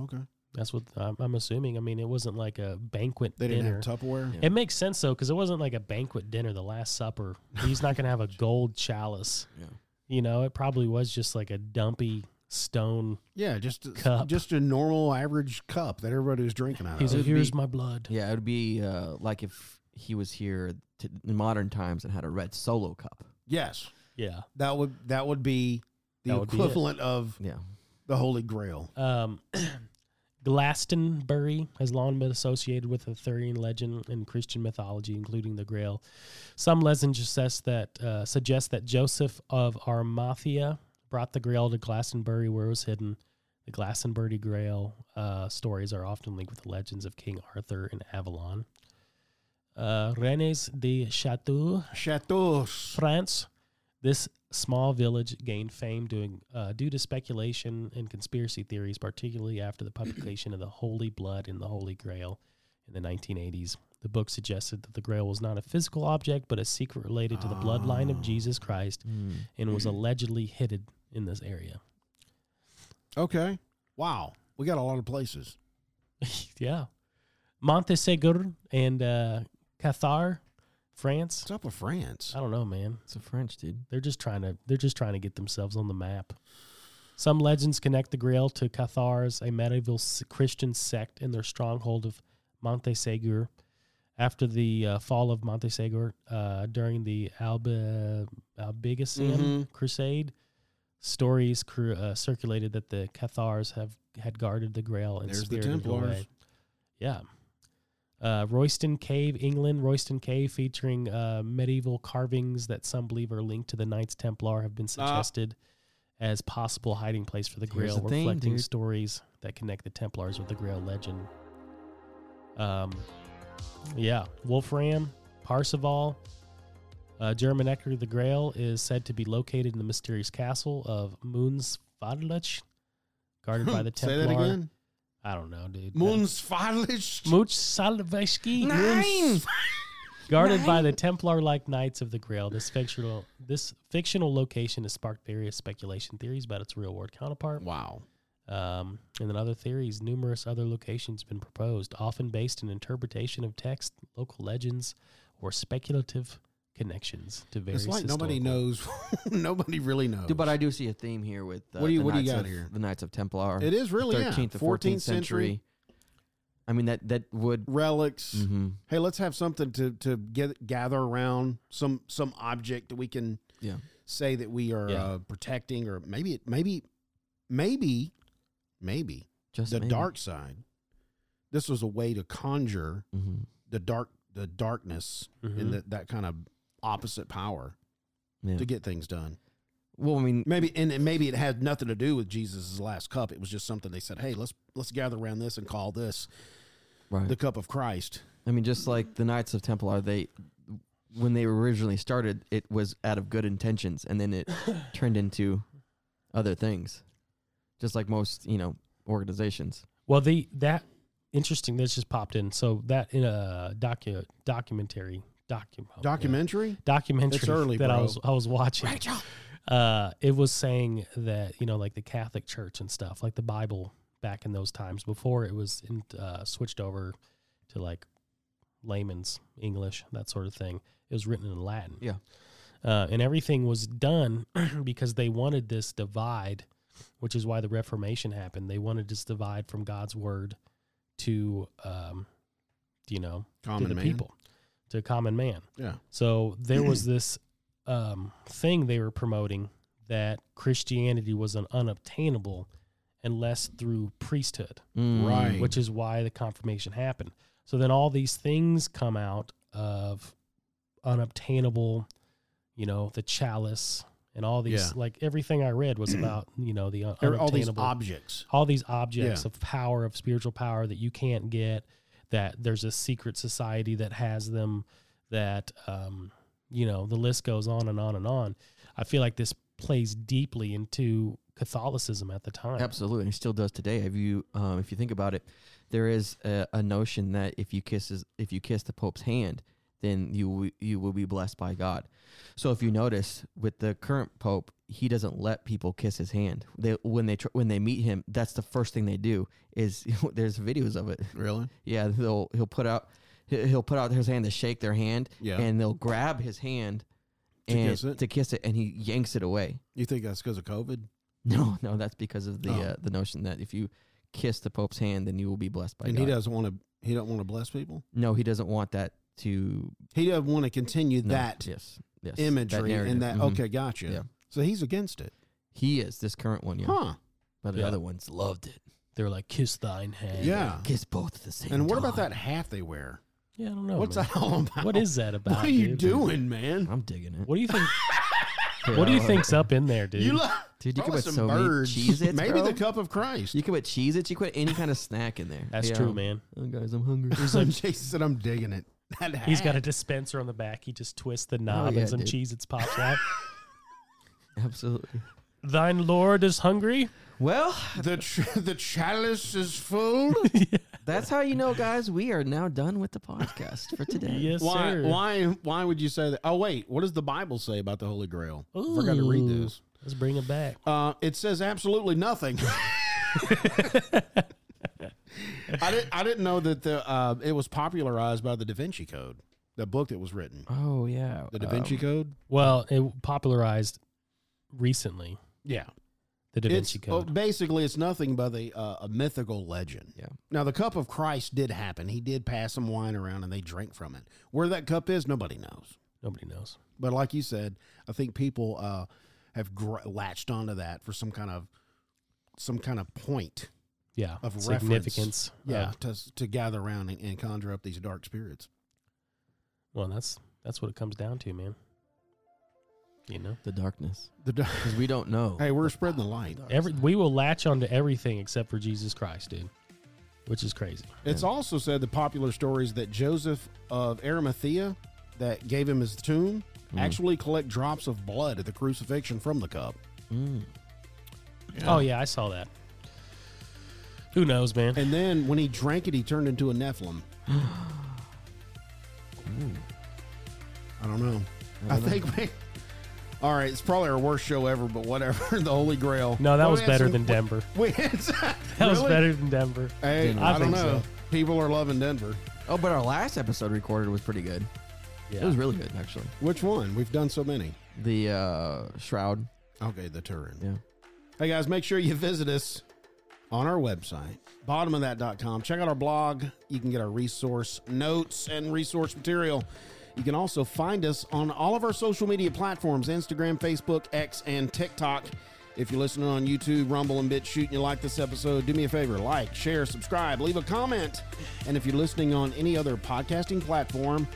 Okay. that's what I'm, I'm assuming. I mean, it wasn't like a banquet They didn't dinner. have Tupperware. it makes sense though, because it wasn't like a banquet dinner. The Last Supper, he's not going to have a gold chalice. Yeah. You know, it probably was just like a dumpy stone. Yeah, just Cup. just a normal average cup that everybody was drinking out He's of. like, would here's be- my blood. Yeah, it would be uh, like if he was here to, in modern times and had a red solo cup. yes, Yeah. that would that would be the That would be it. equivalent of Yeah. the Holy Grail. Um, Glastonbury has long been associated with Arthurian legend and Christian mythology, including the Grail. Some legends suggest that uh, suggest that Joseph of Arimathea brought the Grail to Glastonbury, where it was hidden. The Glastonbury Grail uh, stories are often linked with the legends of King Arthur and Avalon. Uh, Rennes de Chateau Chateaus. France, this small village gained fame doing, uh, due to speculation and conspiracy theories, particularly after the publication of The Holy Blood and the Holy Grail in the 1980s. The book suggested that the Grail was not a physical object, but a secret related to the bloodline of Jesus Christ and was allegedly hidden in this area. Okay. Wow. We got a lot of places. yeah. Montesegre and uh, Cathar, France. What's up with France? I don't know, man. It's a French dude. They're just trying to they're just trying to get themselves on the map. Some legends connect the Grail to Cathars, a medieval s- Christian sect in their stronghold of Montesegre. After the uh, fall of Montesegre uh, during the Albi- Albigensian Mm-hmm. Crusade, stories cr- uh, circulated that the Cathars have had guarded the Grail and There's the spirited it Templars. away. Yeah. Uh, Royston Cave, England. Royston Cave, featuring uh, medieval carvings that some believe are linked to the Knights Templar, have been suggested as possible hiding place for the Ah. Here's Grail, the thing, reflecting dude. stories that connect the Templars with the Grail legend. Um, yeah, Wolfram, Parseval, uh, German Ecker the Grail is said to be located in the mysterious castle of Moonsfadlich, guarded by the Templar. Hmm. Say that again. I don't know, dude. Munsfadlich. Mooch Salveski. Muns- Guarded by the Templar-like Knights of the Grail, this fictional this fictional location has sparked various speculation theories about its real-world counterpart. Wow. Um, and then other theories, numerous other locations have been proposed, often based in interpretation of text, local legends, or speculative connections to various. It's like nobody historical- knows. nobody really knows. Dude, but I do see a theme here with uh, Oh, What do you- the what do you Knights got of- here? The Knights of Templar. It is really, yeah. 13th to 14th 14th century. century. I mean that that would relics. Mm-hmm. Mhm. Hey, let's have something to to get gather around some some object that we can yeah. say that we are Yeah. uh, protecting, or maybe it maybe maybe maybe Just the maybe. dark side. This was a way to conjure Mhm. the dark the darkness Mhm. and that that kind of opposite power Yeah. to get things done. Well, I mean, Maybe and, and maybe it had nothing to do with Jesus' last cup. It was just something they said, "Hey, let's let's gather around this and call this right. the cup of Christ." I mean, just like the Knights of Templar, they when they originally started, it was out of good intentions, and then it turned into other things. Just like most, you know, organizations. Well, the that interesting. This just popped in. So that in a docu documentary docu oh, yeah. Documentary? documentary It's early, that I bro. was I was watching. Uh, it was saying that you know, like the Catholic Church and stuff, like the Bible back in those times before it was in, uh, switched over to like layman's English, that sort of thing. It was written in Latin. Yeah. Uh, and everything was done because they wanted this divide, which is why the Reformation happened. They wanted this divide from God's word to, um, you know, Common to the man. people, to common man. Yeah. So there was this um, thing they were promoting that Christianity was an unobtainable unless through priesthood, Mm. Right. which is why the confirmation happened. So then all these things come out of unobtainable, you know, the chalice and all these Yeah. like everything I read was about you know the un- There are all these unobtainable objects. all these objects Yeah. of power of spiritual power that you can't get that there's a secret society that has them that um, you know the list goes on and on and on i feel like this plays deeply into catholicism at the time Absolutely, and it still does today. If you, um, if you think about it, there is a, a notion that if you kisses, if you kiss the Pope's hand, then you w- you will be blessed by God. So if you notice with the current Pope, he doesn't let people kiss his hand. They when they tr- when they meet him, that's the first thing they do. Is there's videos of it. Really? Yeah, they'll he'll put out he- he'll put out his hand to shake their hand, Yeah. and they'll grab his hand and kiss it? to kiss it, and he yanks it away. You think that's because of COVID? No, no, that's because of the Oh. uh, the notion that if you kiss the Pope's hand, then you will be blessed by and God. he doesn't want to. He don't want to bless people. No, he doesn't want that to He doesn't want to continue no, that yes, yes, that imagery narrative. and that. Mhm. Okay, gotcha. Yeah. So he's against it, He is this current one, yeah. huh? But the Yeah. other ones loved it. They were like, kiss thine hand. Yeah. Kiss both at the same. And what about time. that hat they wear? Yeah, I don't Oh, know. What's man. that all about? What is that about? What are you dude? doing, man? I'm digging it. What do you think? what do you think's up in there, dude? You look. Dude, you probably could put some so many birds. cheese its Maybe bro. the cup of Christ. You could put cheese its. You could put any kind of snack in there. That's Yeah. true, man. Oh, guys, I'm hungry. Jason said, "I'm digging it." That He's got a hat. dispenser on the back. He just twists Oh, the knob yeah, and some dude. cheese its pops out. Absolutely. Thine Lord is hungry. Well, the ch- the chalice is full. that's how you know, guys. We are now done with the podcast for today. Yes, why sir. why why would you say that? Oh wait, what does the Bible say about the Holy Grail? I forgot to read Ooh. this. Let's bring it back. Uh, it says absolutely nothing. I didn't I didn't know that the uh, it was popularized by the Da Vinci Code, the book that was written. Oh yeah. The Da um, Vinci Code. Well, it popularized recently. Yeah, The Da Vinci it's, Code. oh, basically, it's nothing but a, uh, a mythical legend. Yeah. Now, the cup of Christ did happen. He did pass some wine around, and they drank from it. Where that cup is, nobody knows. Nobody knows. But like you said, I think people uh, have gr- latched onto that for some kind of some kind of point Yeah. of Significance. reference. Yeah, of- to s- to gather around and, and conjure up these dark spirits. well, that's that's what it comes down to, man. You know, The darkness, The dar- because we don't know. hey, we're spreading the light. every we will latch onto everything except for Jesus Christ, dude, which is crazy. It's also said the popular stories that Joseph of Arimathea, that gave him his tomb, Mm-hmm. actually collect drops of blood at the crucifixion from the cup. Oh yeah, I saw that. Who knows, man? And then when he drank it, he turned into a Nephilim. I don't know. I, think we. All right, it's probably our worst show ever, but whatever. the Holy Grail. No, that Well, was we had better some- than Denver. We had some- That was Really? Uh, better than Denver. Hey, Denver. I, I don't think know. so. People are loving Denver. Oh, but our last episode recorded was pretty good. Yeah. It was really good, actually. Which one? We've done so many. The uh, shroud. Okay, the Turin. Yeah. Hey guys, make sure you visit us on our website, bottomofthat.com. Check out our blog. You can get our resource notes and resource material. You can also find us on all of our social media platforms Instagram, Facebook, X, and TikTok. If you're listening on YouTube, Rumble, and BitChute, and you like this episode, do me a favor like, share, subscribe, leave a comment. And if you're listening on any other podcasting platform,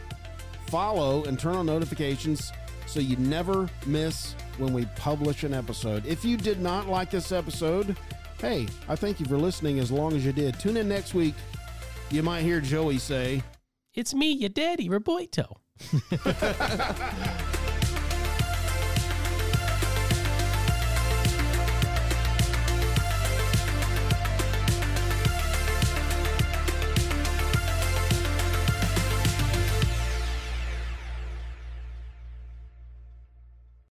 follow and turn on notifications so you never miss when we publish an episode. If you did not like this episode, hey, I thank you for listening as long as you did. Tune in next week. You might hear Joey say, It's me, your daddy, Roberto.